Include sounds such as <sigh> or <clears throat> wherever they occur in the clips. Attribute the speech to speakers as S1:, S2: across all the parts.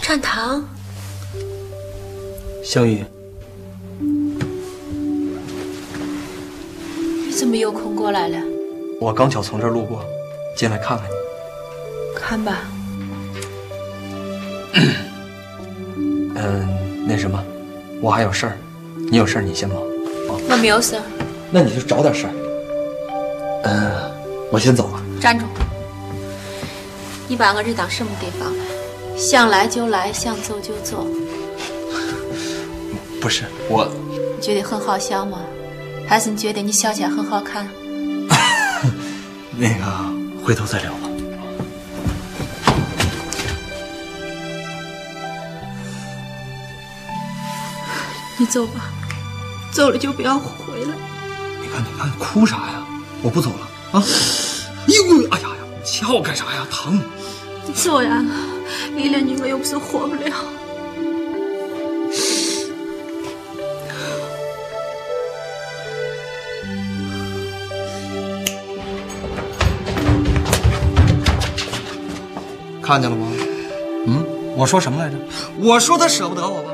S1: 看糖。
S2: 小雨，
S1: 你怎么有空过来了？
S2: 我刚巧从这儿路过，进来看看你。
S1: 看吧，
S2: 嗯，那什么，我还有事儿，你有事儿你先忙。
S1: 我没有事儿，
S2: 那你就找点事儿。嗯，我先走了。
S1: 站住！你把我这当什么地方了？想来就来，想走就走，
S2: 不是我，
S1: 你觉得很好笑吗？还是你觉得你笑起来很好看？
S2: 那个回头再聊吧。
S1: 你走吧，走了就不要回来。
S2: 你看，你看，哭啥呀？我不走了啊！ <gasps> 哎呦，哎呀呀，掐我干啥呀？疼！
S1: 你走呀，离了你我又不是活不了。
S3: 看见了吗？
S2: 嗯，我说什么来着？
S3: 我说他舍不得我吧。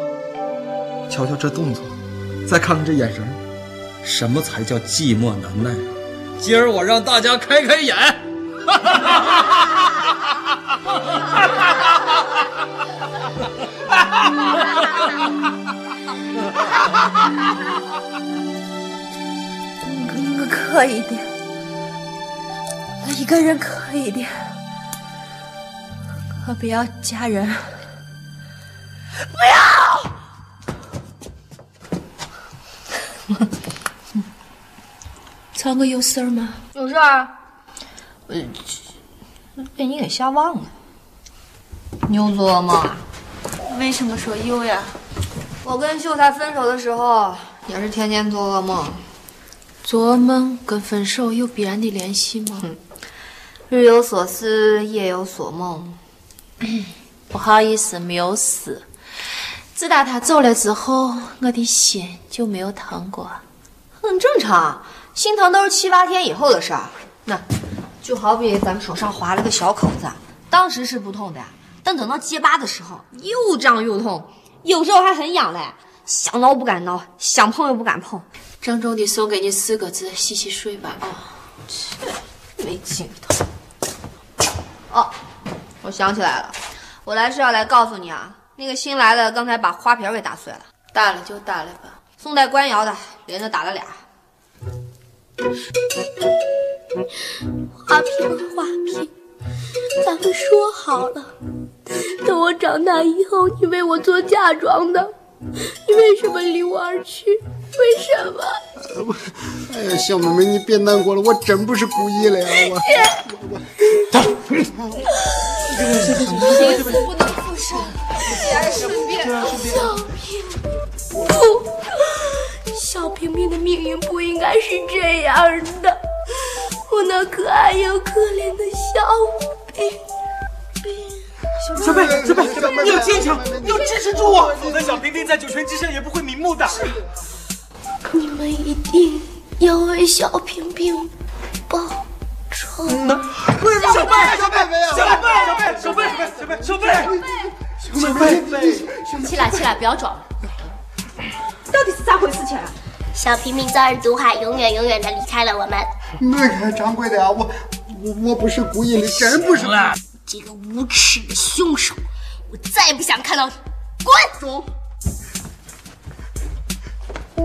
S3: 瞧瞧这动作，再看看这眼神儿，
S2: 什么才叫寂寞难耐？
S3: 今儿我让大家开开眼。
S4: 可可以的，一个人可以的，可不要嫁人。
S1: <laughs> 找我有事儿吗？
S5: 有事儿？呃，被你给吓忘了。你又做梦啊？
S1: 为什么说有呀？
S5: 我跟秀才分手的时候，也是天天做噩梦。
S1: 做梦跟分手有必然的联系吗？
S5: 日有所思，夜有所梦。
S1: 不好意思，没有死。自打他走了之后，我的心就没有疼过。
S5: 很正常，啊心疼都是七八天以后的事儿。那，就好比咱们手上划了个小口子，当时是不痛的，但等到结疤的时候，又胀又痛，有时候还很痒嘞。想挠不敢挠，想碰又不敢碰，
S1: 郑重地送给你四个字：洗洗睡吧啊、
S5: 没劲头。哦，我想起来了，我来是要来告诉你啊，那个新来的刚才把花瓶给打碎了，
S1: 打了就打了吧。
S5: 宋代官窑的连着打了俩。
S6: 花瓶，花瓶，咱们说好了，等我长大以后，你为我做嫁妆的。你为什么离我而去？为什么？
S7: 哎呀，小妹妹，你别难过了，我真不是故意的呀，我。
S6: 小平，不，小平平的命运不应该是这样的。我那可爱又可怜的小平。
S8: 小贝，小贝，哎小贝，你要坚强，你要支持住我，否则小平平在九泉之上也不会瞑目的。
S6: 你们一定要为小平平报仇。
S8: 小贝，
S7: 小妹妹呀，
S8: 小贝，小贝，小贝，小贝，小贝，小贝，小贝，
S1: 起来，起来，不要装了。
S5: 啊
S9: 小平民遭人毒害，永远永远的离开了我们。
S7: 那个掌柜的呀，我我我不是故意的，真不是。
S9: 这个无耻的凶手，我再也不想看到你，滚！走。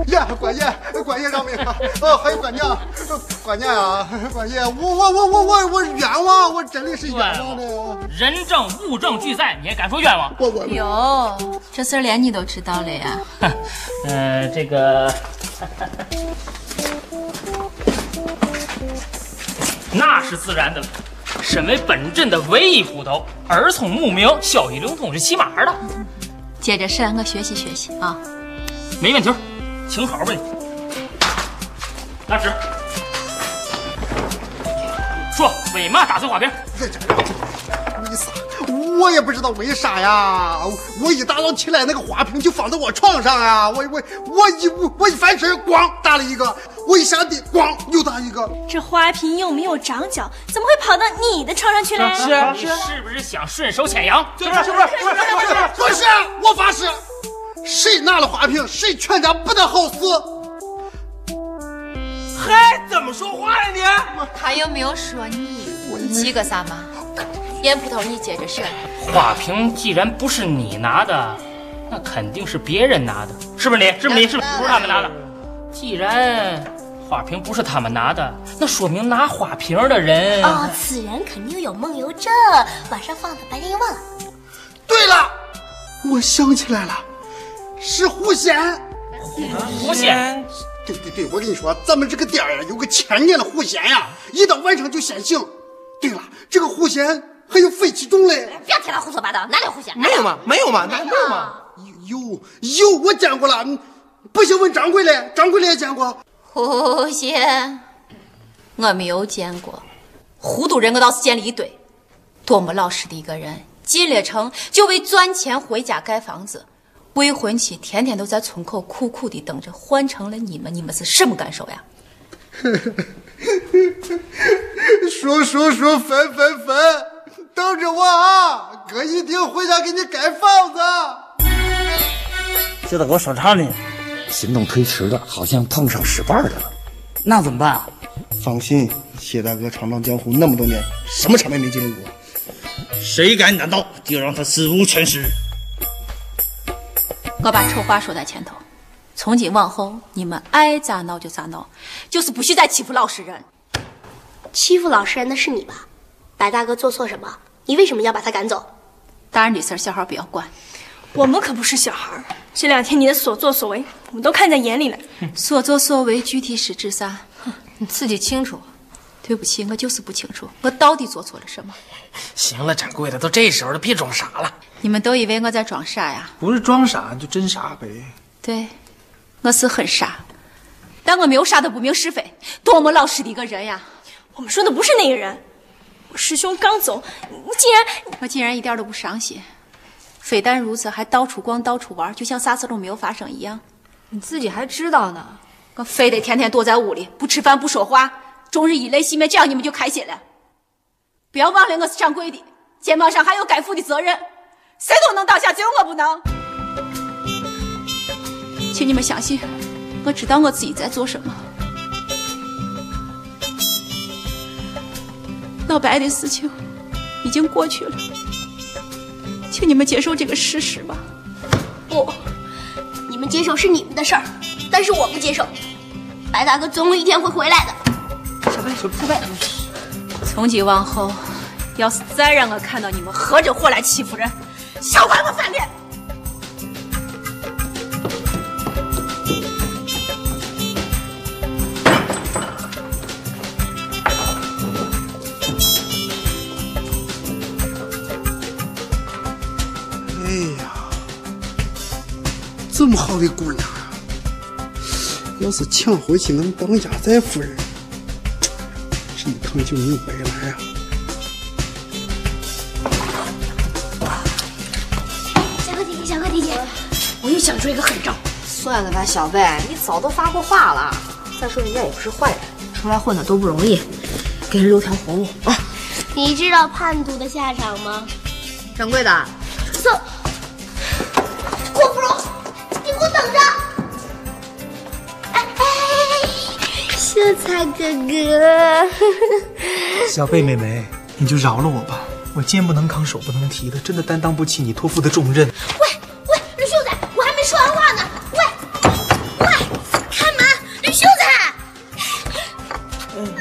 S7: 爷，管爷，管爷饶命啊！哦， <laughs> 还有管娘，管娘啊，管爷，我我我我我我冤枉，我真的是冤啊枉的。
S10: 人证物证俱在，你还敢说冤枉？
S7: 我我
S1: 哟，这事儿连你都知道了呀？
S10: 呃，这个， <laughs> 那是自然的。身为本镇的唯一捕头，耳聪目明，消息流通是起码的，
S1: 接着审，我学习学习啊。
S10: 没问题儿。请好吧你，拿纸，说为嘛打碎花瓶？
S7: 为啥？我也不知道为啥呀！我一大早起来，那个花瓶就放在我床上啊！我我我一我一翻身，咣打了一个，为啥得咣又打一个？
S11: 这花瓶又没有长脚，怎么会跑到你的床上去嘞？
S10: 是是不是想顺手牵羊？
S11: 啊就是就是就是就是
S7: 不是，我发誓，谁拿了花瓶，谁全家不得好死。
S8: 嗨，怎么说话呀你？
S1: 他又没有说你，你急个啥嘛？烟葡萄，你接着说。
S10: 花瓶既然不是你拿的，那肯定是别人拿的，是不是你？是不是你？是不是不是他们拿的？既然花瓶不是他们拿的，那说明拿花瓶的人……
S9: 哦，
S6: 啊
S9: 此人肯定有梦游症，晚上放的，白天又忘了。
S7: 对了，我想起来了，是狐仙。
S10: 狐仙。
S7: 对对对，我跟你说，咱们这个店呀、啊，有个千年的狐仙呀，一到晚上就显形。对了，这个狐仙还有肺气肿嘞。
S9: 不要听他胡说八道，哪里有狐仙？
S8: 没有嘛，没有嘛，哪没有嘛？
S7: 有有，我见过了。不行，问掌柜嘞，掌柜嘞也见过。
S1: 狐仙，我没有见过。糊涂人，我倒是见了一堆。多么老实的一个人，进了城就为赚钱回家盖房子。未婚妻天天都在村口苦苦的等着，换成了你们，你们是什么感受呀？
S7: 叔叔叔，粉粉粉，等着我啊！哥一定回家给你盖房子。
S12: 这都给我说唱呢，
S13: 行动推迟了，好像碰上使绊的了。
S12: 那怎么办啊？
S7: 放心，谢大哥闯荡江湖那么多年，什么场面没经历过？
S12: 谁敢挡道，就让他死无全尸。
S1: 我把丑话说在前头，从今往后你们爱咋闹就咋闹，就是不许再欺负老实人。
S6: 欺负老实人的是你吧？白大哥做错什么？你为什么要把他赶走？
S1: 大人的事儿，小孩不要管。
S11: 我们可不是小孩儿，这两天你的所作所为，我们都看在眼里了。
S1: 所作所为具体是指啥？你自己清楚。对不起，我就是不清楚，我到底做错了什么。
S8: 行了，掌柜的，都这时候了，别装傻了。
S1: 你们都以为我在装傻呀？
S3: 不是装傻，就真傻呗。
S1: 对，我是很傻，但我没有傻的不明是非，多么老实的一个人呀！
S11: 我们说的不是那个人。我师兄刚走，你竟然……
S1: 我竟然一点都不伤心。非但如此，还到处逛，到处玩，就像啥事都没有发生一样。
S5: 你自己还知道呢？
S1: 我非得天天躲在屋里，不吃饭，不说话。终日以泪洗面，这样你们就开心了。不要忘了，我是掌柜的，肩膀上还有该负的责任。谁都能倒下，只有我不能。请你们相信，我知道我自己在做什么。老白的事情已经过去了，请你们接受这个事实吧。
S6: 不，你们接受是你们的事儿，但是我不接受。白大哥总有一天会回来的。
S1: 小贝，小贝，从今往后，要是再让我看到你们合着伙来欺负人，少管我饭店！
S7: 哎呀，这么好的姑娘，啊要是抢回去能当压寨夫人。这一趟就没有白来啊！
S6: 小哥姐姐，小哥姐姐，我又想出一个狠招。
S5: 算了吧，小贝，你早都发过话了。再说人家也不是坏人，出来混的都不容易，给人留条活路啊！
S6: 你知道叛徒的下场吗？
S5: 掌柜的，
S6: 走！郭芙蓉，你给我等着！哎哎哎！秀才哥哥，
S3: 小贝妹妹，你就饶了我吧！我肩不能扛，手不能提的，真的担当不起你托付的重任。
S6: 喂喂，吕秀才，我还没说完话呢！喂喂，开门，吕秀才！嗯，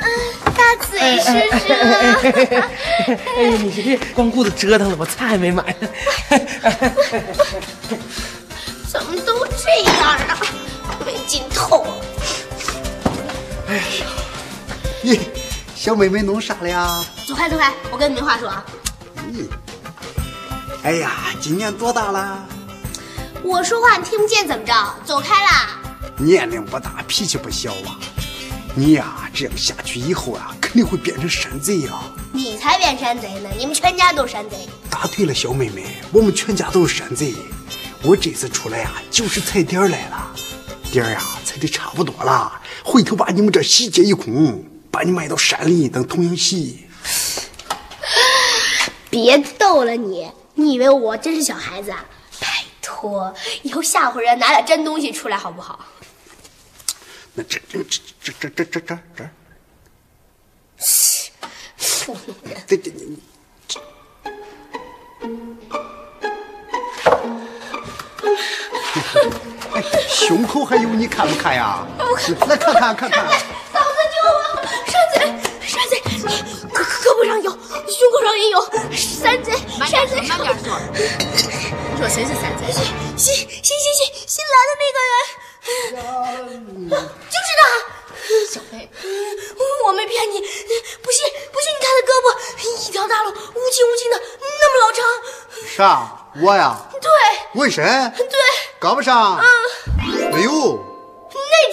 S6: 大
S3: 哎
S6: 嘴啊叔叔。
S8: 哎，你别光顾着折腾了，我菜还没买呢。
S6: 怎么都这样啊？没尽头。啊
S7: 哎呀，你小妹妹弄啥了呀？
S6: 走开走开，我跟你没话说啊！
S7: 你，嗯哎呀，今年多大了？
S6: 我说话你听不见怎么着？走开啦！
S7: 年龄不大，脾气不小啊！你呀、啊，这样下去以后啊，肯定会变成山贼啊！
S6: 你才变山贼呢，你们全家都是山贼！
S7: 答对了，小妹妹，我们全家都是山贼。我这次出来呀、啊，就是踩点儿来了，点儿呀踩的差不多了。回头把你们这洗劫一空，把你卖到山里当童养媳。
S6: 别逗了你，你以为我真是小孩子啊？拜托，以后吓唬人，拿点真东西出来好不好？
S7: 那这这这这这这这这，这这你哎，胸口还有你看不看呀？来看看看看。
S6: 嫂子救我！山贼，山贼，胳胳膊上有，胸口上也有，山贼，山贼，慢点说。
S9: 你说谁是山贼？
S6: 新新新新新来的那个人，就是他。
S9: 小飞，
S6: 我没骗你，不信不信，你看他胳膊一条大路，乌青乌青的，那么老长。
S7: 啥？啊我呀？
S6: 对。
S7: 纹身？
S6: 对。
S7: 胳膊上？
S6: 嗯。
S7: 没有。
S6: 那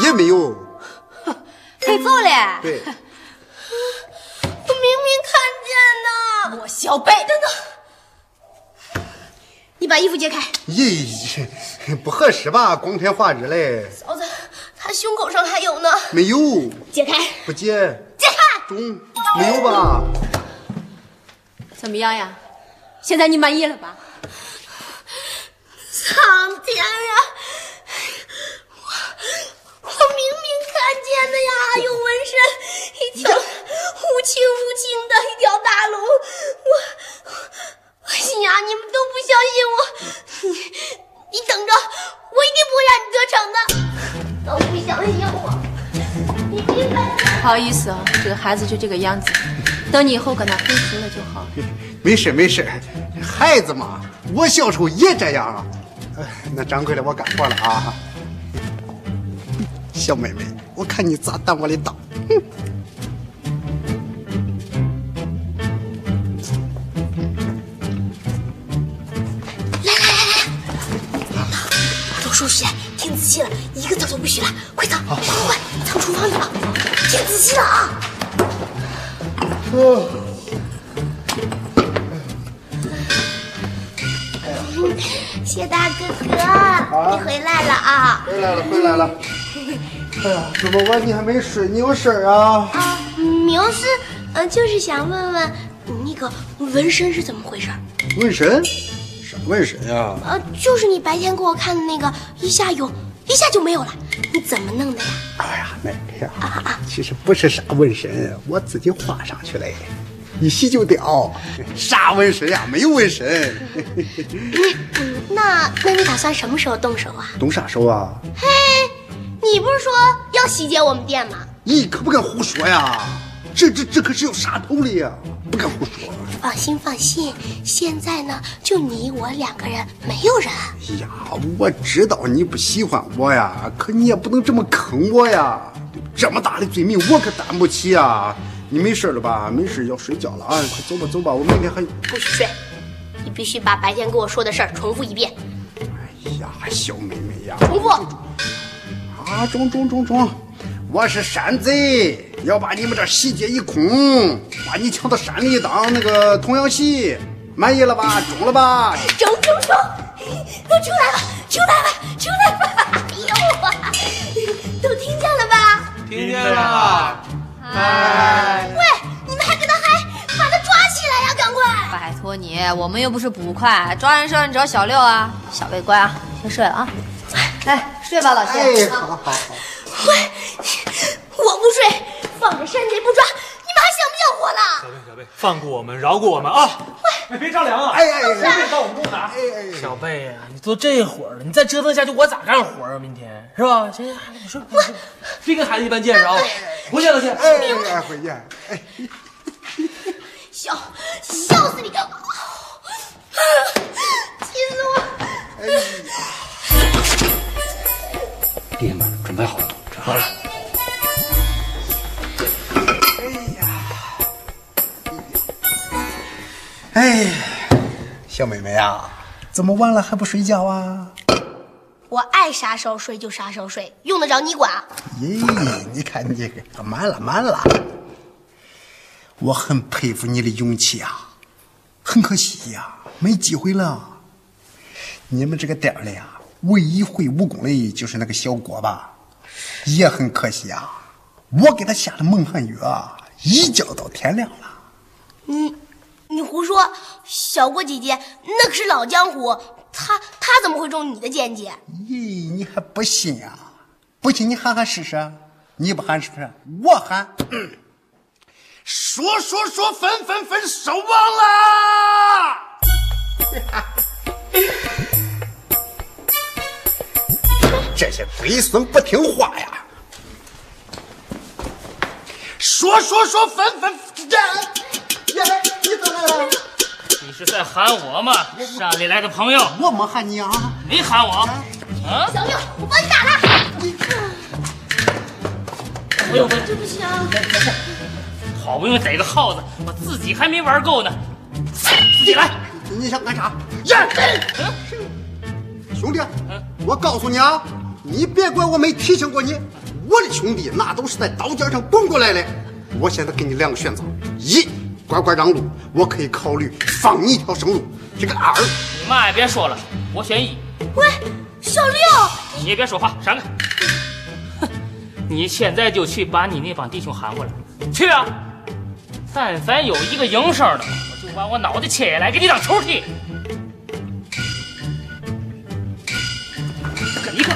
S6: 只。
S7: 也没有。 <laughs>
S5: 被揍嘞！
S7: 对，
S6: 我明明看见的。
S5: 我小贝，
S6: 等等，你把衣服揭开。
S7: 咦，不合适吧？光天化日嘞。
S1: 哦
S6: 嫂子，他胸口上还有呢。
S7: 没有。
S6: 解开。
S7: 不解。
S6: 解开。
S7: 中，没有吧？
S1: 怎么样呀？现在你满意了吧？
S6: 苍天呀！我明明看见的呀，有纹身，一条乌青乌青的一条大龙。我，我心呀，你们都不相信我，你你等着，我一定不会让你得逞的。都不相信我，你别看。
S1: 不好意思啊，这个孩子就这个样子，等你以后跟他分清了就好了。
S7: 没事没事，孩子嘛，我小时候也这样啊。哎那掌柜的，我干活了啊。小妹妹，我看你咋挡我的道？
S6: 老叔叔，听仔细了，一个字都不许落，快藏，快藏厨房去了，听仔细了啊！
S7: 哦，
S6: 嗯谢大哥哥，你回来了啊！
S7: 回来了回来了。哎呀，怎么晚你还没睡？你有事儿啊？
S6: 啊，明是，呃，就是想问问你那个纹身是怎么回事儿？
S7: 纹身？啥纹身呀？
S6: 呃，就是你白天给我看的那个，一下有，一下就没有了，你怎么弄的呀？
S7: 那个呀，其实不是啥纹身，我自己画上去嘞，一洗就掉。啥纹身呀？没有纹身。
S6: 嗯，那那你打算什么时候动手啊？
S7: 动啥手啊？
S6: 嘿，你不是说要洗劫我们店吗？
S7: 你可不敢胡说呀！这这这可是有杀头的呀！不敢胡说。
S6: 放心放心，现在呢，就你我两个人，没有人。
S7: 哎呀，我知道你不喜欢我呀，可你也不能这么坑我呀！这么大的罪名我可担不起呀！你没事了吧？没事要睡觉了啊！快走吧走吧，我明天还……
S6: 不许睡，你必须把白天跟我说的事儿重复一遍，
S7: 哎呀，小妹妹呀！
S6: 重复。
S7: 啊，中中中中！我是山贼，要把你们这洗劫一空，把你抢到山里当那个童养媳，满意了吧？中了吧？
S6: 中中中！都出来吧，出来吧，出来吧！哎呦啊，都听见了吧？
S8: 听见了。
S5: 嗨，
S6: 喂，你们还跟他嗨，把他抓起来呀、赶快！
S5: 拜托你，我们又不是捕快，抓人手你找小六啊。小贝乖啊，先睡了啊。来，睡吧，老谢。
S7: 哎，好好好。
S6: 喂，我不睡，放着山贼不抓，你们还想不想活了？
S8: 小贝，小贝，放过我们，饶过我们啊！哎，别着凉啊！
S7: 哎哎哎
S8: 别别到我们这拿。小贝呀、
S10: 啊
S8: 你都这会儿了，你再折腾下去，我咋干活啊？明天是吧？行行，你睡吧，你睡吧别跟孩子一般见识啊！回去了，去。
S7: 哎哎，回去。
S6: 笑，笑死你个！气死我！
S13: 弟兄们，准备好了，准备好了。
S7: 哎，小妹妹啊，怎么晚了还不睡觉啊？
S6: 我爱啥时候睡就啥时候睡，用得着你管啊？
S7: 咦，你看你这个满了满了，我很佩服你的勇气啊，很可惜呀、没机会了。你们这个店儿里啊，唯一会武功的就是那个小郭吧？也很可惜啊，我给他下的孟汉雨啊，一觉到天亮了。
S14: 你你胡说！小郭姐姐那可是老江湖，她她怎么会中你的见解？
S7: 咦，你还不信啊？不信你喊喊试试，你不喊试试，我喊。
S15: 说说说，分分分，手忘啦！
S7: <laughs> 这些龟孙不听话呀！
S15: 说说说，分分
S10: 你是在喊我吗？山里来的朋友，
S7: 我没喊你啊，
S10: 没喊我。啊！
S14: 小六，我帮你打他。
S10: 哎呦我
S14: 对不起啊！
S10: 好不容易逮个耗子，我自己还没玩够呢。自己来，
S7: 你想干啥？呀！兄弟，我告诉你啊，你别怪我没提醒过你，我的兄弟那都是在刀尖上滚过来的。我现在给你两个选择：一，乖乖让路，我可以考虑放你一条生路；这个二，
S10: 你嘛也别说了，我选一。
S14: 喂，小六，
S10: 你也别说话，闪开！哼，你现在就去把你那帮弟兄喊过来，去啊！但凡有一个营生的，我就把我脑袋切下来给你当球踢。一个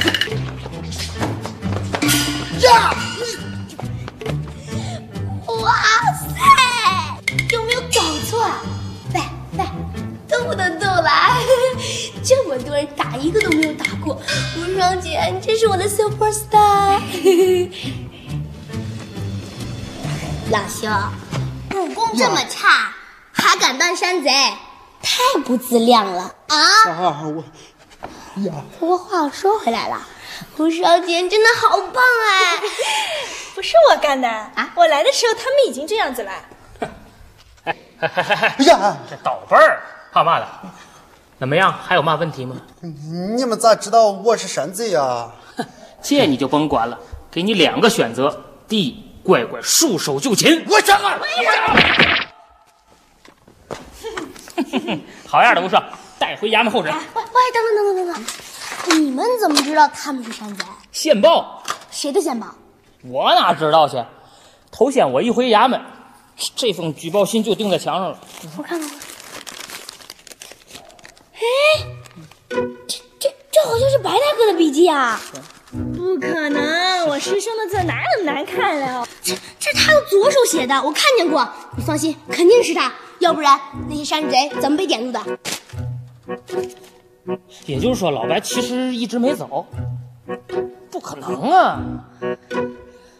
S14: 呀！哇塞，有没有搞错啊？喂喂，动不动就来，这么多人打一个都没有打过。吴双姐，你真是我的 super star。
S6: 老兄，武功这么差，还敢当山贼，太不自量了啊！
S7: 啊，我呀，
S6: 不过话又说回来了，
S14: 吴双姐你真的好棒哎！
S5: 不是我干的啊，我来的时候他们已经这样子了。
S7: 哎呀，
S10: <laughs> 这倒班儿，怕嘛的？怎么样？还有嘛问题吗？
S7: 你们咋知道我是山贼啊？
S10: 这你就甭管了，给你两个选择：第一，乖乖束手就擒；
S15: 我想啊，
S10: <laughs> 好样的，吴双，带回衙门候审。
S6: 哎喂喂，等等等等等等，你们怎么知道他们是山贼？
S10: 线报，
S6: 谁的线报？
S10: 我哪知道去？头先我一回衙门，这封举报信就钉在墙上了。
S6: 我看看。哎，这这这好像是白大哥的笔记啊！
S5: 不可能，我师兄的字哪有那么难看啊了？
S6: 这这是他用左手写的，我看见过。你放心，肯定是他，要不然那些山贼怎么被点住的？
S10: 也就是说，老白其实一直没走，不可能啊！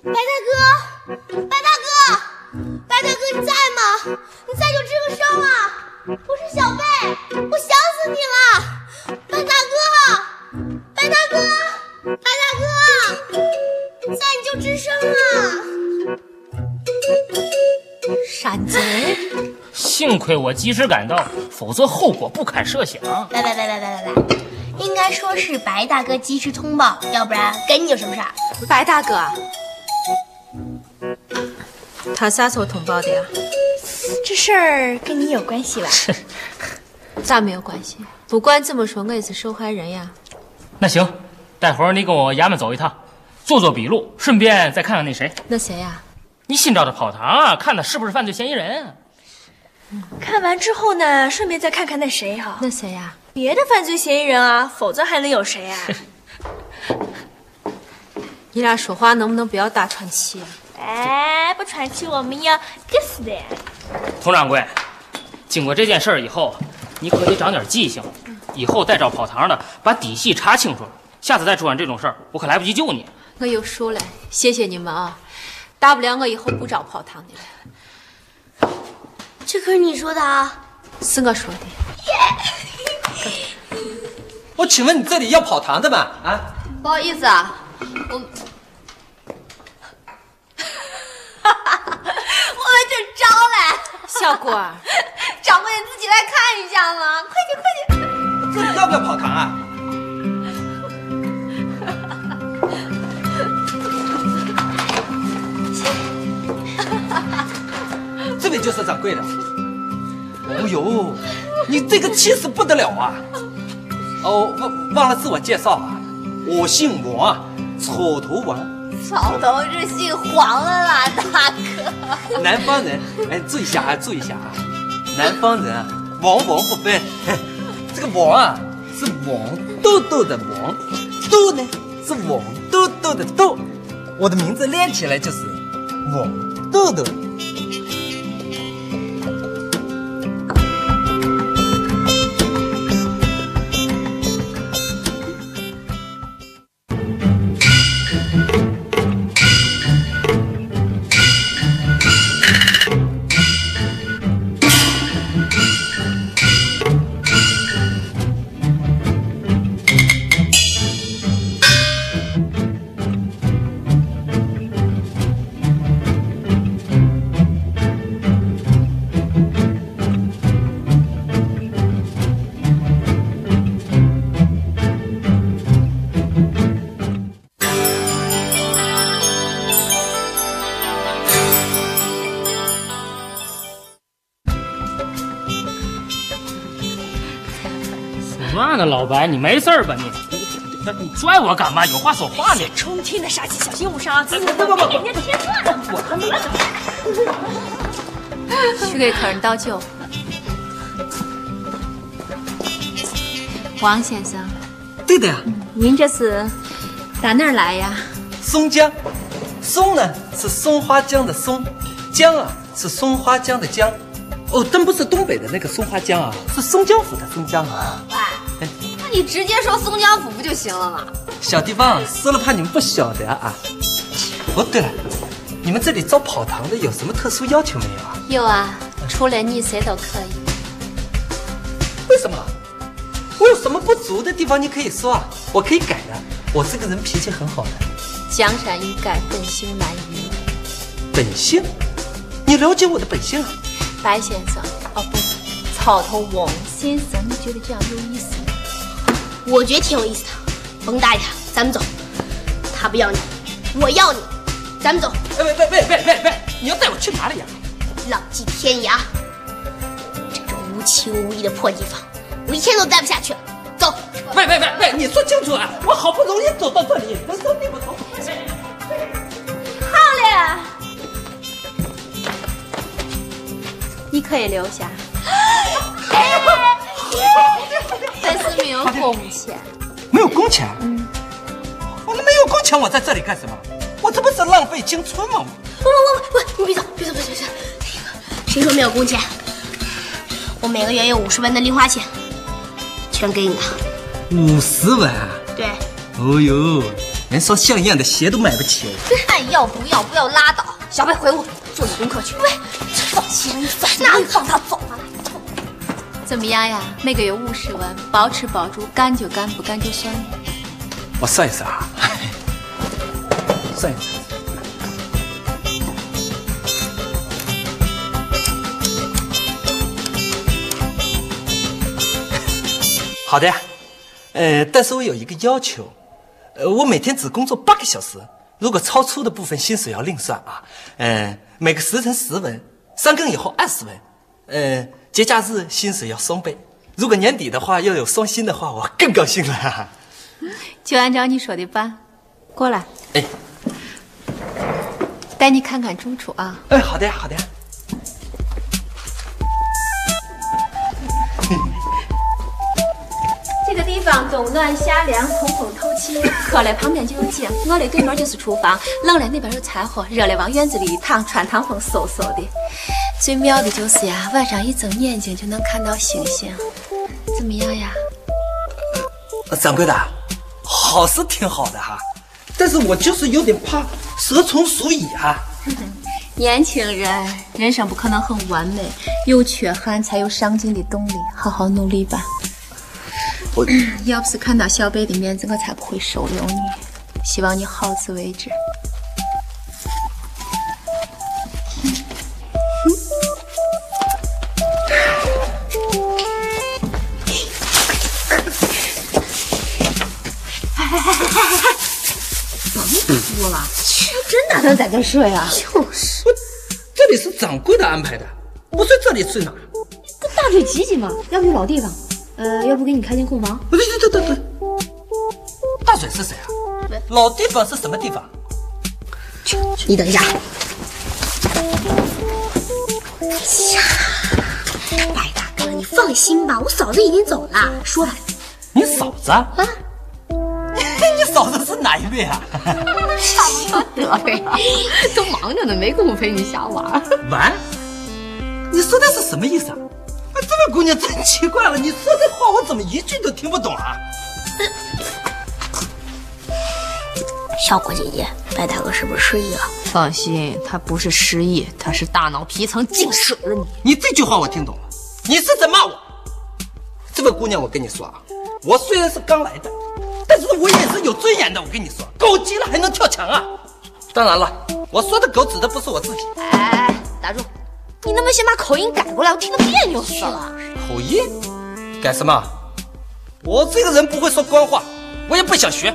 S6: 白大哥，白大哥，白大哥，你在吗？你在就吱个声啊！我是小贝，我想死你了，白大哥，白大哥，白大哥，你在你就吱声啊！
S1: 闪贼，
S10: 幸亏我及时赶到，否则后果不堪设想。
S6: 来来来来来来来，应该说是白大哥及时通报，要不然跟你有什么事儿？
S1: 白大哥，啊
S5: 他啥时候通报的呀？这事儿跟你有关系吧？
S1: 咋没有关系？不管怎么说，我也是受害人呀。
S10: 那行，待会儿你跟我衙门走一趟，做做笔录，顺便再看看那谁，
S1: 那谁呀、
S10: 你新找的跑堂啊，看他是不是犯罪嫌疑人。
S5: 看完之后呢，顺便再看看那谁哈、
S1: 那谁呀、
S5: 别的犯罪嫌疑人啊，否则还能有谁啊？
S1: <laughs> 你俩说话能不能不要打喘气啊？
S5: 哎，不传奇我们要个死的呀！
S10: 佟掌柜，经过这件事儿以后，你可得长点记性，以后再找跑堂的，把底细查清楚了。下次再出现这种事儿，我可来不及救你。
S1: 我有数了，谢谢你们啊！大不了我以后不找跑堂的了。
S6: 这可是你说的啊？
S1: 是我说的。
S16: 我请问你这里要跑堂的吗？啊，
S17: 不好意思啊，我
S14: 我们正招嘞，
S1: 小郭儿，
S14: 掌柜你自己来看一下嘛，快点快点。
S16: 这里要不要跑堂啊？这位就是掌柜的。哦呦，你这个气势不得了啊！哦，忘忘了自我介绍啊，我姓王，草头王，
S6: 草头是姓黄的啦，大哥。
S16: <laughs> 南方人，哎，注意一下啊，注意一下啊，南方人啊，王王不分， <laughs> 这个王啊是王豆豆的王，豆呢是王豆豆的豆，我的名字连起来就是王豆豆。
S10: 嘛呢，老白，你没事儿吧你？你拽我干嘛？有话说话呢。
S4: 冲天的杀气，小心误伤。不
S10: 不
S4: 人
S10: 不，
S4: 家天算我还没
S1: 去给客人倒酒。王先生，
S16: 对的呀，
S1: 您这是打哪儿来呀？
S16: 松江，松呢是松花江的松，江啊是松花江的江。哦，真不是东北的那个松花江啊，是松江府的松江啊。
S5: 那你直接说松江府不就行了吗？
S16: 小地方，说了怕你们不晓得啊。哦，对了，你们这里招跑堂的有什么特殊要求没有啊？
S1: 有啊，除了你谁都可以。
S16: 为什么？我有什么不足的地方你可以说啊，我可以改的。我这个人脾气很好的，
S1: 江山易改，本性难移。
S16: 本性，你了解我的本性啊？
S1: 白先生，哦不，草头王先生，你觉得这样有意思吗？
S9: 我觉得挺有意思的，甭搭理他，咱们走。他不要你，我要你，咱们走。
S16: 哎，别别别别别别！你要带我去哪里呀、啊
S9: 浪迹天涯，这种无情无义的破地方，我一天都待不下去了。走。
S16: 喂喂喂喂，你说清楚啊！我好不容易走到这里，能跟你们走？
S1: 好嘞，你可以留下。但是没有工钱，
S16: 没有工钱？啊我没有工钱，我在这里干什么？我这不是浪费青春吗？
S9: 我我我，你别走，别走，别走，别走。谁说没有工钱？我每个月有五十文的零花钱，全给你了。
S16: 五十文啊！
S9: 对，
S16: 哦呦，连双像样的鞋都买不起。
S5: 爱要不要不要拉倒！小贝回屋
S9: 做你功课去。喂，
S5: 放心，那你放他走吧。
S1: 怎么样呀？每个月五十文，包吃包住，干就干，不干就算了。
S16: 我算一算啊，算一算。好的呀，呃，但是我有一个要求，呃，我每天只工作八个小时，如果超出的部分薪水要另算啊，呃，每个时辰十文，三更以后二十文，呃，节假日薪水要双倍，如果年底的话要有双薪的话，我更高兴了 <laughs> 哈哈。
S1: 就按照你说的办。过来，
S16: 哎，
S1: 带你看看住处啊。
S16: 哎，好的呀，好的呀。
S1: 这个地方冬暖夏凉，通风透气。热了旁边就是井，饿了对门就是厨房，冷了那边有柴火，热了往院子里一躺，穿堂风嗖嗖的。最妙的就是呀，晚上一睁眼睛就能看到星星，怎么样呀？
S16: 呃掌柜的，好是挺好的哈，但是我就是有点怕蛇虫鼠蚁啊。
S1: 年轻人，人生不可能很完美，有缺憾才有上进的动力。好好努力吧。
S16: 我
S1: <coughs> 要不是看到小贝的面子，我才不会收留你。希望你好自为之。
S5: 甭哭了，真打算在这睡啊？
S16: 就是，这里是掌柜的安排的，我睡这里睡哪？
S5: 这大水挤挤嘛，要不就老地方。呃，要不给你开间空房？
S16: 对对对对对。大嘴是谁啊？老地方是什么地方？
S5: 你等一下，
S9: 呀，白大哥，你放心吧，我嫂子已经走了。说吧，
S16: 你嫂子啊？ <laughs> 你嫂子是哪一位啊？
S5: 差不多呗，都忙着呢，没工夫陪你瞎玩儿。
S16: 玩？你说的是什么意思啊？啊这位姑娘真奇怪了，你说这话我怎么一句都听不懂啊？
S9: 小果姐姐，白大哥是不是失忆了？
S5: 放心，他不是失忆，他是大脑皮层进水了。你
S16: 你这句话我听懂了，你是在骂我。这位姑娘，我跟你说啊，我虽然是刚来的，但是我也是有尊严的。我跟你说，狗急了还能跳墙啊！当然了，我说的狗指的不是我自己，
S5: 哎打住！你能不能先把口音改过来？我听得别扭死了。
S16: 口音改什么？我这个人不会说官话，我也不想学。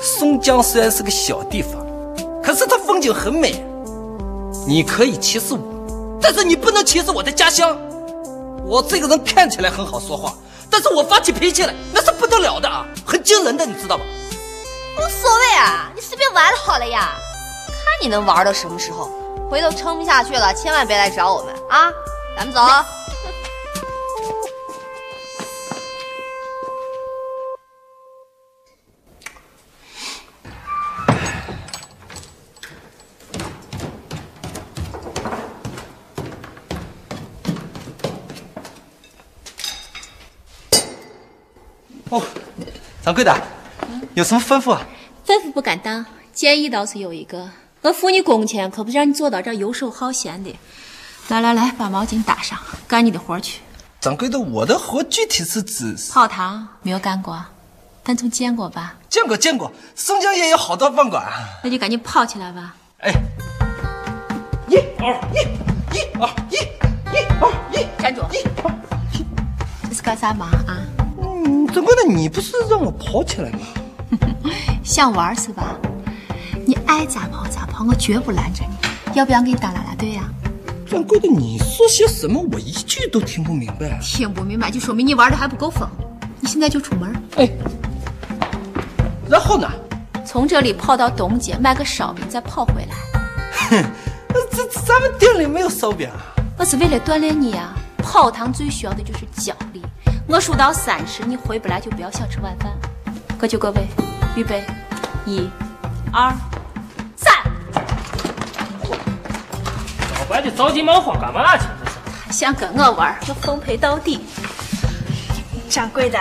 S16: 松江虽然是个小地方，可是它风景很美。你可以歧视我，但是你不能歧视我的家乡。我这个人看起来很好说话，但是我发起脾气来那是不得了的啊，很惊人的，你知道吧？
S5: 无所谓啊，你随便玩好了呀。看你能玩到什么时候，回头撑不下去了，千万别来找我们啊！咱们走。
S16: 哦掌柜的，有什么吩咐啊？
S1: 吩咐不敢当，建议倒是有一个，我付你工钱，可不让你坐到这儿游手好闲的。来来来，把毛巾搭上，干你的活儿去。
S16: 掌柜的，我的活具体是指
S1: 泡汤没有干过，但总见过吧？
S16: 见过见过，松江也有好多饭馆啊。
S1: 那就赶紧泡起来吧。
S16: 一二一，一二一，一二一，
S1: 站住！
S16: 一二
S1: 这是干啥嘛啊？
S16: 嗯，掌柜的，你不是让我跑起来吗？
S1: 想玩儿是吧？你爱咋跑咋跑，我绝不拦着你。要不要给你当啦啦队呀？
S16: 掌柜的，你说些什么？我一句都听不明白。啊
S1: 听不明白就说明你玩的还不够疯。你现在就出门。
S16: 哎，然后呢？
S1: 从这里泡到东街，买个烧饼，再跑回来。
S16: 呃这咱们店里没有烧饼啊。
S1: 我是为了锻炼你啊！跑堂最需要的就是脚力。我数到三十，你回不来就不要想吃晚饭。各就各位，预备，一、二、三。
S10: 老白就着急忙慌干嘛去？
S1: 想跟我玩儿，我奉陪到底。
S11: 掌柜的，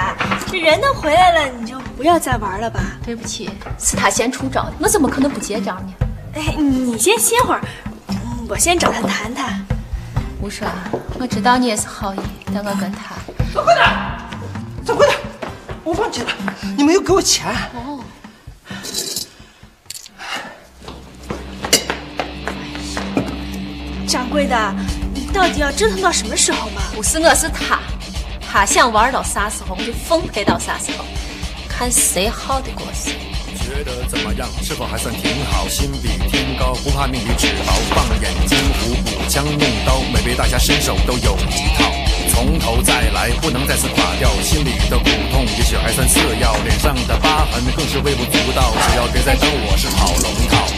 S11: 这人都回来了，你就不要再玩了吧。
S1: 对不起，是他先出招的，我怎么可能不结账呢？
S11: 哎，你先歇会儿，嗯我先找他谈谈。
S1: 无双，我知道你也是好意，但我跟他
S16: 掌柜的，掌柜的，我忘记了，你没有给我钱。
S1: 哦，
S11: 掌柜的，你到底要折腾到什么时候嘛？
S1: 不是我是他，他想玩到啥时候我就奉陪到啥时候，看谁耗得过谁。
S18: 觉得怎么样？是否还算挺好？心比天高，不怕命比纸薄。放眼江湖，舞枪弄刀，每位大侠身手都有一套。从头再来，不能再次垮掉。心里的苦痛，也许还算次要，脸上的疤痕更是微不足道。只要别再当我是跑龙套。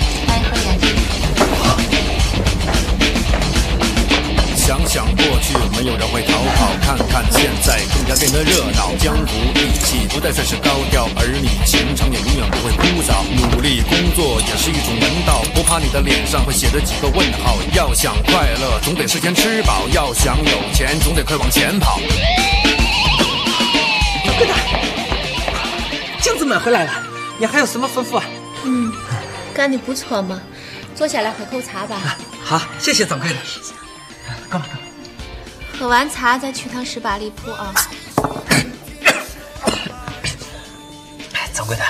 S18: 想想过去，没有人会逃跑。看看现在，更加变得热闹。江湖义气不再算是高调，而你情长也永远不会枯燥。努力工作也是一种门道，不怕你的脸上会写着几个问号。要想快乐，总得事先吃饱；要想有钱，总得快往前跑。
S16: 镜子买回来了，你还有什么吩咐啊？
S1: 嗯，干的不错嘛，坐下来喝口茶吧。
S16: 好，谢谢掌柜的。
S1: 喝完茶再去趟十八里铺啊。
S16: 哎，掌柜的，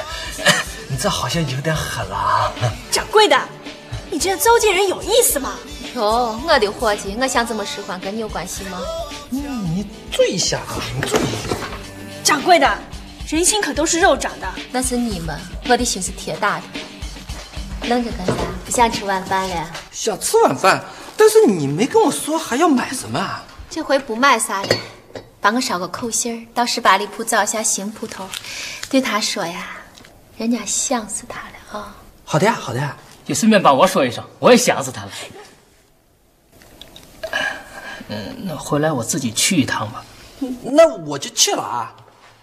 S16: <laughs> 你这好像有点狠了啊。
S11: 掌柜的，你这糟践人有意思吗？
S1: 哟，我的伙计，我想怎么使唤跟你有关系吗？
S16: 嗯，你注意一下啊，你注意一下。
S11: 掌柜的，人心可都是肉长的。
S1: 那是你们，我的心是铁打的。愣着干啥？不想吃晚饭了？
S16: 想吃晚饭，但是你没跟我说还要买什么啊？
S1: 这回不买啥了，帮我捎个口信儿，到十八里铺找一下邢捕头，对他说呀，人家想死他了啊、
S16: 好的呀，好的呀，
S10: 也顺便帮我说一声，我也想死他了。嗯，那回来我自己去一趟吧。
S16: 那我就去了啊。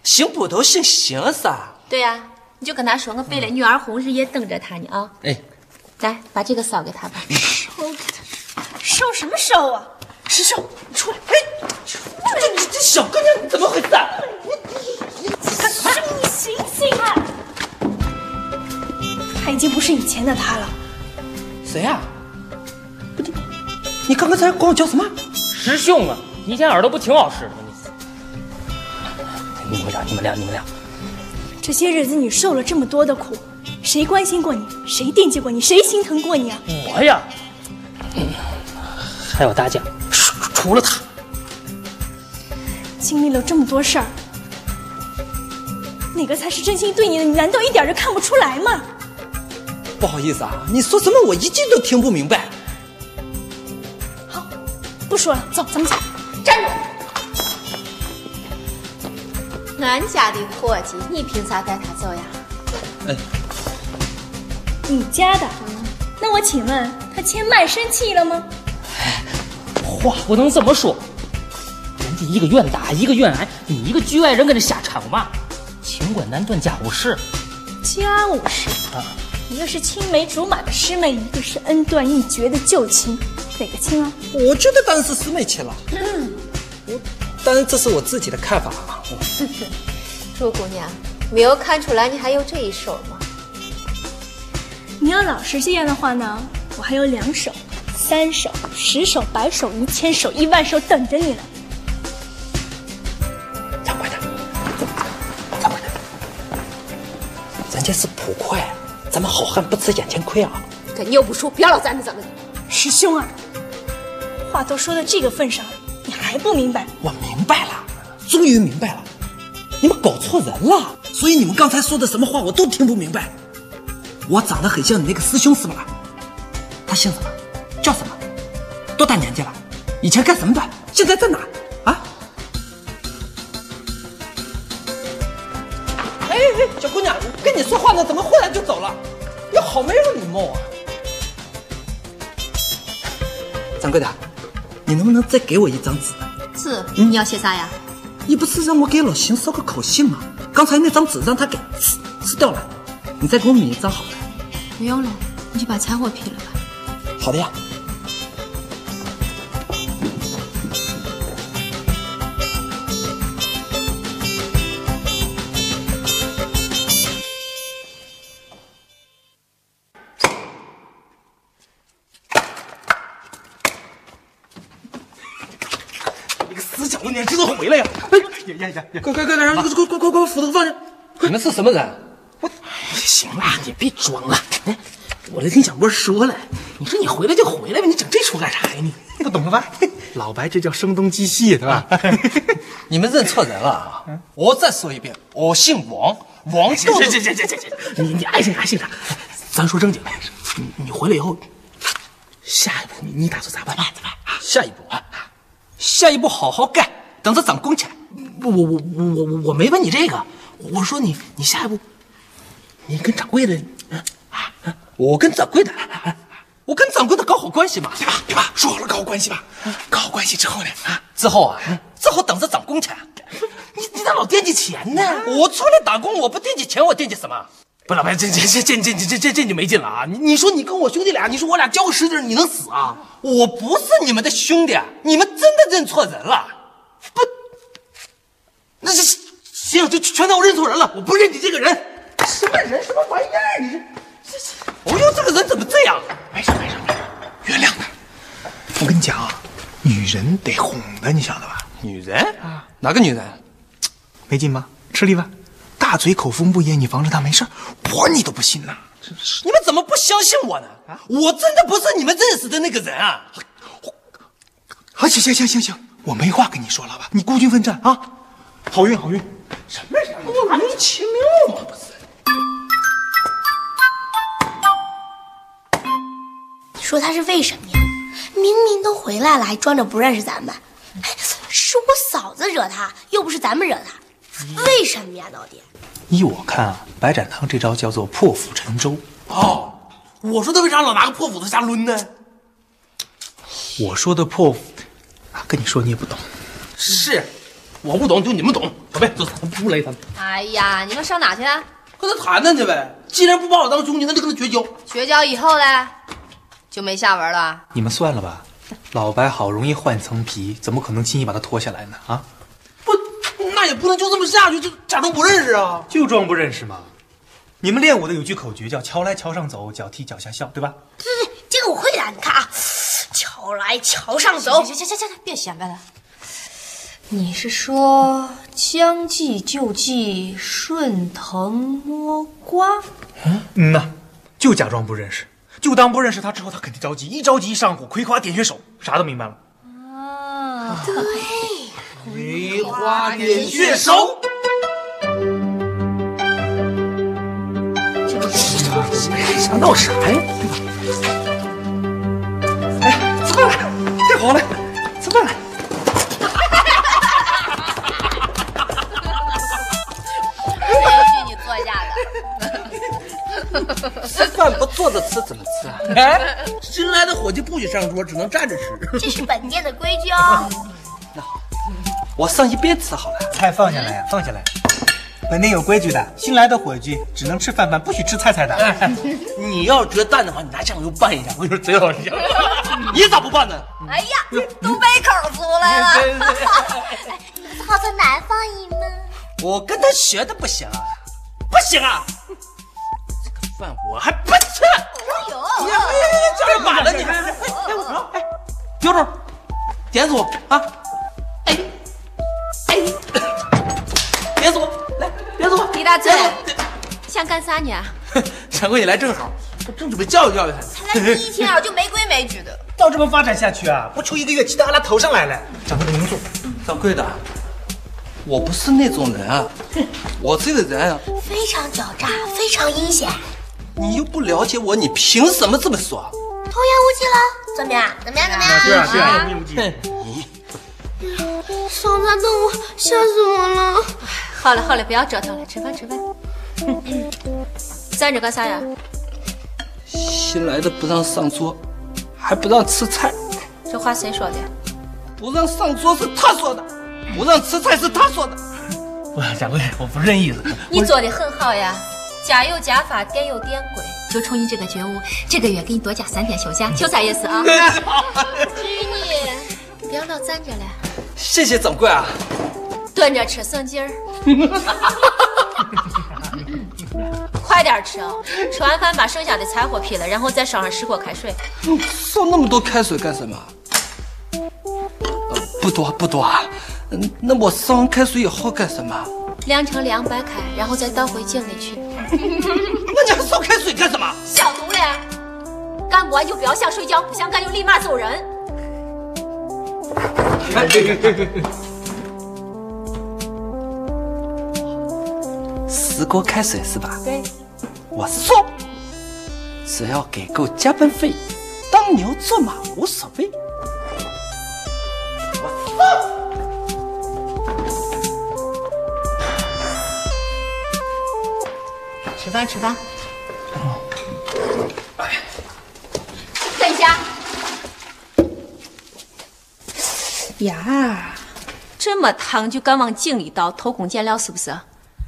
S16: 行捕头姓邢噻，
S5: 对呀、你就跟他说，我为了女儿红日夜等着他呢啊！
S16: 哎，
S5: 来，把这个烧给他吧。
S19: 烧给他，烧什么烧啊？师兄，你出来！哎，
S16: 这这这小姑娘，你怎么回事？
S19: 干什么？你醒醒啊！
S1: 他已经不是以前的他了。
S16: 谁呀、你刚刚才管我叫什么？
S10: 师兄啊，你一天耳朵不挺好使的吗？你，你们俩，你们俩，你们俩，
S1: 这些日子你受了这么多的苦，谁关心过你？谁惦记过你？谁心疼过你啊？
S10: 嗯我呀，嗯还有大家，除除了他，
S1: 经历了这么多事儿，哪个才是真心对你的？你难道一点儿就看不出来吗？
S16: 不好意思啊，你说什么我一句都听不明白。
S1: 不说了，走，咱们走。
S5: 站住！俺家的伙计，你凭啥带他走呀？
S1: 你家的，那我请问他签卖身契了吗？
S10: 话不能这么说。人家一个愿打，一个愿挨，你一个局外人跟这瞎掺和嘛？情关难断家务事
S1: 家务事，
S10: 啊！
S1: 一个是青梅竹马的师妹，一个是恩断义绝的旧情，哪个亲啊？
S16: 我觉得当然是师妹亲了，当然这是我自己的看法啊。
S5: 朱姑娘，没有看出来你还有这一手吗？
S1: 你要老是这样的话呢，我还有两手、三手、十手、百手、一千手、一万手等着你呢。
S16: 人家是捕快，咱们好汉不吃眼前亏啊。
S5: 跟你又不熟，不要老咱们咱们。
S1: 师兄啊，话都说到这个份上，你还不明白？
S16: 我明白了，终于明白了，你们搞错人了。所以你们刚才说的什么话我都听不明白。我长得很像你那个师兄是吧？他姓什么？叫什么？多大年纪了？以前干什么的？现在在哪？啊？哎哎，小姑娘，我跟你说话呢，怎么忽然就走了？你好没有礼貌啊！掌柜的，你能不能再给我一张纸？嗯
S5: 是，你要写啥呀？
S16: 你不是让我给老邢捎个口信吗？刚才那张纸让他给撕撕掉了，你再给我抿一张好了。
S5: 不用了，你就把柴火劈了吧。
S16: 好的呀。
S20: 你个死小姑娘，知道回来呀！哎呀呀呀！
S16: 快快快，快快快快快，斧头放下！你们是什么人？
S20: 我行了，你别装了。我来听小波说了，你说你回来就回来呗，你整这出干啥呀你？
S3: 不懂了吧？老白这叫声东击西，
S20: <laughs>
S3: 对吧？
S16: 你们认错人了啊！我再说一遍，我姓王，王豆豆。
S20: 行行行行行行，你你爱姓啥姓啥，咱说正经的，你你回来以后，下一步你你打算咋办？咋办？
S16: 下一步啊，下一步好好干，等着涨工钱。
S20: 不，我我我我我我没问你这个，我说你你下一步，你跟掌柜的，
S16: 我跟掌柜的，我跟掌柜的搞好关系嘛，对吧？对吧？
S20: 说好了搞好关系吧，搞好关系之后呢，啊，
S16: 之后啊，之后等着涨工钱。
S20: 你你咋老惦记钱呢？
S16: 我出来打工，我不惦记钱，我惦记什么？
S20: 不是老白，这这这这这这这这这你没劲了啊！你你说你跟我兄弟俩，你说我俩交个十底儿，你能死啊？
S16: 我不是你们的兄弟，你们真的认错人了。
S20: 那这行，就全当我认错人了，我不认你这个人。
S16: 什么人？什么玩意儿？你这这这，哎呦，这个人怎么这样？
S20: 没事没事没事，原谅他。
S3: 我跟你讲啊，女人得哄 <clears throat> 的，哎你晓得吧？啊
S16: 女人？哪个女人？
S3: 没劲吗？吃力吧？大嘴口风不一，你防着她没事儿我你都不信呐。
S16: 你们怎么不相信我呢？
S8: 啊
S16: 我真的不是你们认识的那个人啊！
S3: 啊，行行行行行，我没话跟你说了吧？你孤军奋战啊！好运好运！
S20: 莫名其妙嘛，不是？
S6: 你说他是为什么呀？明明都回来了，还装着不认识咱们。哎，是我嫂子惹他，又不是咱们惹他，为什么呀？到底？
S3: 依我看啊，白展堂这招叫做破釜沉舟。
S16: 哦，
S8: 我说他为啥老拿个破斧子瞎抡呢？
S3: 我说的破斧，啊跟你说你也不懂。
S8: 是，我不懂就你们懂。小贝，走，咱不勒他们，
S5: 哎呀，你们上哪去？啊
S8: 跟他谈谈去呗。既然不把我当兄弟，那就跟他绝交。
S5: 绝交以后嘞，就没下文了。
S3: 你们算了吧，老白好容易换层皮，怎么可能轻易把他脱下来呢？啊，
S8: 那也不能就这么下去，就假装不认识啊。
S3: 就装不认识嘛。你们练武的有句口诀叫“桥来桥上走，脚踢脚下笑”，对吧？
S6: 对对，这个我会的，你看啊，桥来桥上走。
S5: 行行行行行，别显摆了。你是说将计就计，顺藤摸瓜？
S3: 嗯呐，就假装不认识，就当不认识他之后，他肯定着急，一着急一上火，葵花点穴手，啥都明白了。
S5: 啊，
S6: 对，
S8: 葵花点穴手。
S3: 想闹啥呀？哎，走过来，太好了，走过来。
S1: 哎
S5: 允许你坐下的。
S16: 饭不坐着吃怎么吃
S3: <laughs>
S16: 啊？
S8: 哎，新来的伙计不许上桌，只能站着
S6: 这
S8: 吃。啊
S6: 是本店的规矩 <laughs> 哦。
S16: 我上一边吃好嗯了。
S3: 菜放下来呀，放下来。本店有规矩的，新来的伙计只能吃饭饭，不许吃菜菜的。
S16: 哎你要觉得淡的话，你拿酱油拌一下， <laughs> 我觉得贼好
S3: <laughs>
S16: 吃。你咋不拌呢？
S6: 哎呀，东北口出来了。
S16: 对对对
S6: 哎好在南方人呢。
S16: 我跟他学的不行啊，不行啊！这个饭我还不吃。
S6: 哎呦，
S16: 哎呀哎呀哎呀这儿晚了你还哎哎我说哎，丢着，点死我啊！哎哎，点死我！别走，
S1: 李大嘴，想干啥你啊？
S3: <laughs>
S16: 掌柜你来正好，我正准备教育教育他呢。
S5: 才来第一天啊，就没规没矩的。
S3: 照这么发展下去啊，不出一个月，骑到阿拉头上来了。掌柜的您坐。
S16: 掌嗯柜的，我不是那种人啊，我这个人啊，
S6: 非常狡诈，非常阴险，
S16: 你又不了解我，你凭什么这么说？啊
S6: 童言无忌了。怎么样？怎么样？怎么样？
S16: 无
S3: 嗯
S16: 忌。
S6: 手在动，我吓死我了。
S1: 好了好了，不要折腾了，吃饭吃饭。 <coughs> 站着干啥呀？
S16: 新来的不让上桌，还不让吃菜，
S1: 这话谁说的？
S16: 不让上桌是他说的，不让吃菜是他说的。
S8: 我掌柜，我不是这意思。
S1: 你做的很好呀，家有家法，店有店规。就冲你这个觉悟，这个月给你多加三天休 <laughs> 假，休啥意思啊？
S6: 拘你，
S1: 你不要老站着了，
S16: 谢谢掌柜啊，
S1: 蹲着吃省劲儿。 <laughs> 快点吃啊！吃完饭把剩下的柴火劈了，然后再烧上十锅开水。
S16: 嗯烧那么多开水干什么？呃，不多不多啊。嗯，那我烧完开水以后干什么？
S1: 晾成凉白开，然后再倒回井里去。
S16: 那你还烧开水干什么？
S1: 消毒嘞！干不完就不要想睡觉，不想干就立马走人。
S16: 十锅开水是吧？
S1: 对，
S16: 我送，只要给够加班费，当牛做马无所谓。
S1: 吃饭吃饭。等一下，呀，这么烫就敢往井里倒，偷工减料是不是？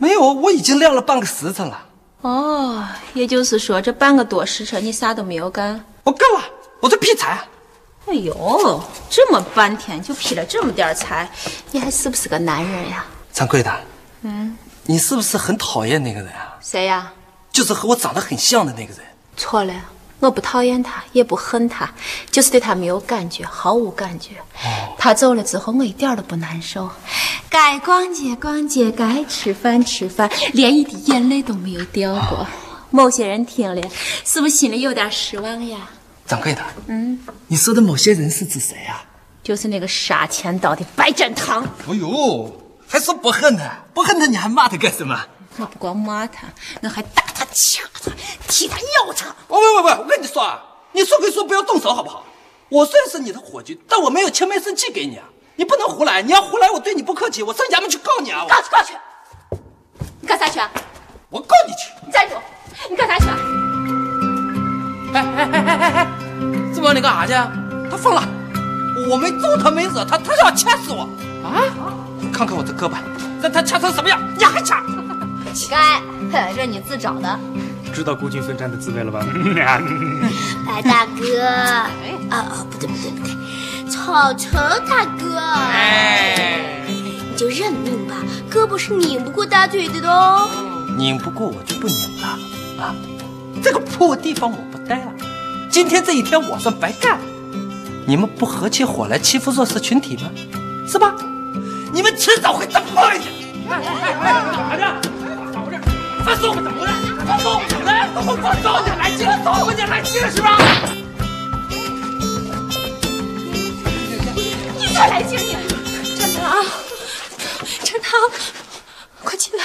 S16: 没有，我已经晾了半个时辰了。
S1: 哦，也就是说这半个多时辰你啥都没有干。
S16: 我干了，我在劈柴。啊
S1: 哎呦，这么半天就劈了这么点儿柴，你还是不是个男人呀？
S16: 掌柜的，
S1: 嗯，
S16: 你是不是很讨厌那个人啊？
S1: 谁呀？
S16: 就是和我长得很像的那个人。
S1: 错了，我不讨厌他，也不恨他，就是对他没有感觉，毫无感觉。他走了之后，我一点儿都不难受，该逛街逛街，该吃饭吃饭，连一滴眼泪都没有掉过。某些人听了，是不是心里有点失望呀？
S16: 掌柜的，
S1: 嗯，
S16: 你说的某些人是指谁啊？
S1: 就是那个杀千刀的白展堂。
S16: 哎呦，还说不恨他，不恨他你还骂他干什么？
S1: 我不光骂他，我还打他、掐他、踢他、咬他。
S16: 哦喂喂喂喂，我跟你说啊，你说归说，不要动手好不好？我虽然是你的伙计，但我没有钱没身契给你啊，你不能胡来。你要胡来，我对你不客气，我上衙门去告你啊！我
S1: 告去告去，你干啥去啊？
S16: 我告你去！
S1: 你站住！你干啥去啊？
S21: 哎哎哎哎哎哎，这么往里干啥去？
S16: 啊他疯了，我没揍他，没惹他，他要掐死我啊！你看看我的胳膊，让他掐成什么样，你还掐？
S22: 该，嘿这你自找的。
S23: 知道孤军奋战的滋味了吧？
S6: 白大哥，啊啊，不对不对不对，草城大哥，哎，你就认命吧，胳膊是拧不过大腿的的哦。
S16: 拧不过我就不拧了啊！这个破地方我不待了，今天这一天我算白干了。你们不合起伙来欺负弱势群体吗？是吧？你们迟早会遭报应的。
S21: 放松，怎么了？放松，来，放松，放松，来劲了，走，回去来劲了是吧？
S1: 你再来劲，你展堂，展堂， <laughs> 快进来！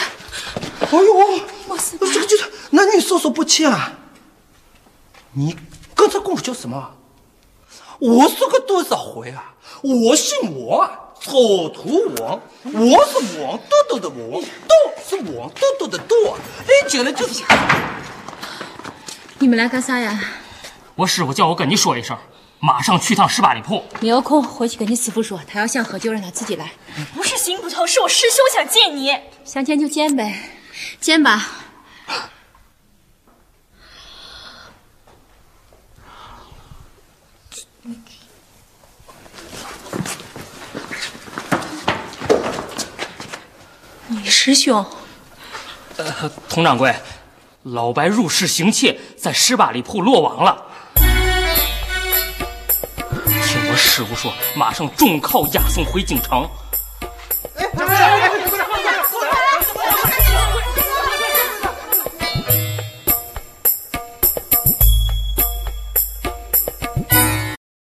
S16: 哎呦，
S1: 哇塞，
S16: 这个就是男女授受不亲啊！你跟他共叫什么？我说过多少回啊？我姓王，草图王，我是王豆豆的王，豆是王豆豆的豆啊，哎，起来就是。
S1: 你们来干啥呀？
S10: 我师傅叫我跟你说一声，马上去趟十八里铺。
S1: 你有空回去跟你师傅说，他要想喝酒，让他自己来。
S5: 不是邢捕头，是我师兄想见你。
S1: 想见就见呗，见吧。你师兄，
S10: 呃，佟掌柜，老白入室行窃，在十八里铺落网了。听我师傅说，马上重铐押送回京城。